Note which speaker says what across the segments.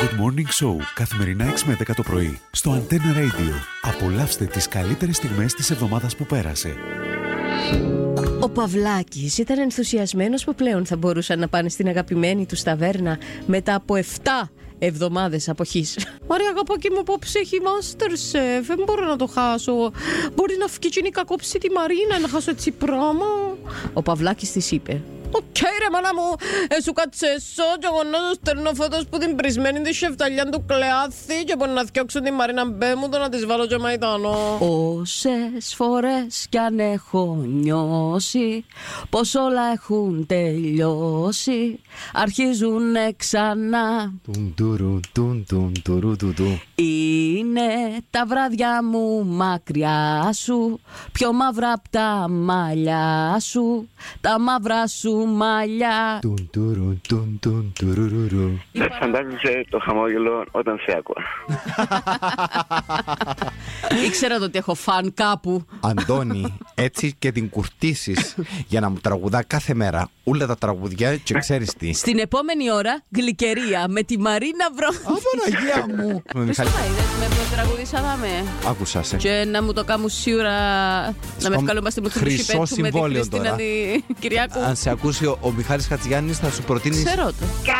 Speaker 1: Good Morning Show, καθημερινά 6 με 10 το πρωί, στο Antenna Radio. Απολαύστε τις καλύτερες στιγμές της εβδομάδας που πέρασε.
Speaker 2: Ο Παυλάκης ήταν ενθουσιασμένος που πλέον θα μπορούσαν να πάνε στην αγαπημένη του ταβέρνα μετά από 7 εβδομάδες αποχής. Ωραία, αγαπάκι μου, απόψε έχει Masterchef. Δεν μπορώ να το χάσω. Μπορεί να φκιτσίνει κακόψη τη Μαρίνα, να χάσω έτσι πράγμα. Ο Παυλάκης της είπε. Οκ, ρε μάνα μου, ε, σου κάτσε εσώ και εγώ να σου στερνώ φώτος που την πρισμένη τη σεφταλιά του κλεάθη και μπορεί να θιώξω τη Μαρίνα μπέ μου το να της βάλω και μαϊτανό. Όσες φορές κι αν έχω νιώσει πως όλα έχουν τελειώσει αρχίζουν ξανά
Speaker 3: Τουν τουρου, τουν τουν τουρου του του.
Speaker 2: είναι τα βράδια μου μακριά σου Πιο μαύρα απ' τα μαλλιά σου Τα μαύρα σου μαλλιά
Speaker 3: Τουν τουρου, τουν τουν τουρουρουρου.
Speaker 4: Δεν φαντάζεσαι το χαμόγελο όταν σε άκουα.
Speaker 2: Ήξερα το ότι έχω φαν κάπου
Speaker 3: Αντώνη, έτσι και την κουρτίσεις για να μου τραγουδά κάθε μέρα όλα τα τραγουδιά και ξέρεις τι.
Speaker 2: Στην επόμενη ώρα γλυκερία με τη Μαρίνα Βρο.
Speaker 3: Απαναγία μου! Με Μιχάλη,
Speaker 2: με προτραγουδήσαμε.
Speaker 3: άκουσα σε.
Speaker 2: Και να μου το κάνω σίγουρα να με
Speaker 3: Στον
Speaker 2: βγάλω μας την
Speaker 3: χρυσό
Speaker 2: πέτου με την
Speaker 3: συμβόλαιο
Speaker 2: Χριστίνα
Speaker 3: τώρα.
Speaker 2: τη Κυριάκου.
Speaker 3: Αν σε ακούσει ο- ο Μιχάλης Χατζιάννης θα σου προτείνεις
Speaker 2: Ξέρω το.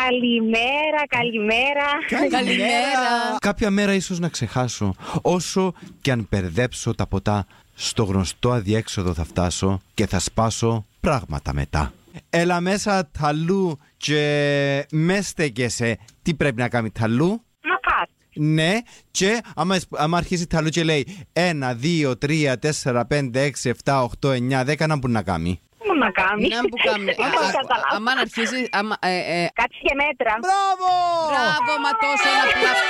Speaker 5: Καλημέρα, καλημέρα.
Speaker 2: Καλημέρα.
Speaker 3: κάποια μέρα ίσως να ξεχάσω όσο και αν περδέψω τα ποτά στο γνωστό αδιέξοδο θα φτάσω και θα σπάσω πράγματα μετά. Έλα μέσα ταλού και με στέκεσαι. Τι πρέπει να κάνει ταλού.
Speaker 5: Να πας.
Speaker 3: Ναι, και άμα, εσ- άμα αρχίσει ταλού και λέει 1, 2, 3, 4, 5, 6, 7, 8, 9, 10, να μπορεί να κάνει.
Speaker 5: Μου να κάνεις.
Speaker 2: Να μου κάνει.
Speaker 5: Δεν καταλάβω.
Speaker 2: Αμάν αρχίζει. άμα- ε, ε,
Speaker 5: Κάτσε και μέτρα.
Speaker 2: Μπράβο, μα τόσο ένα πλα-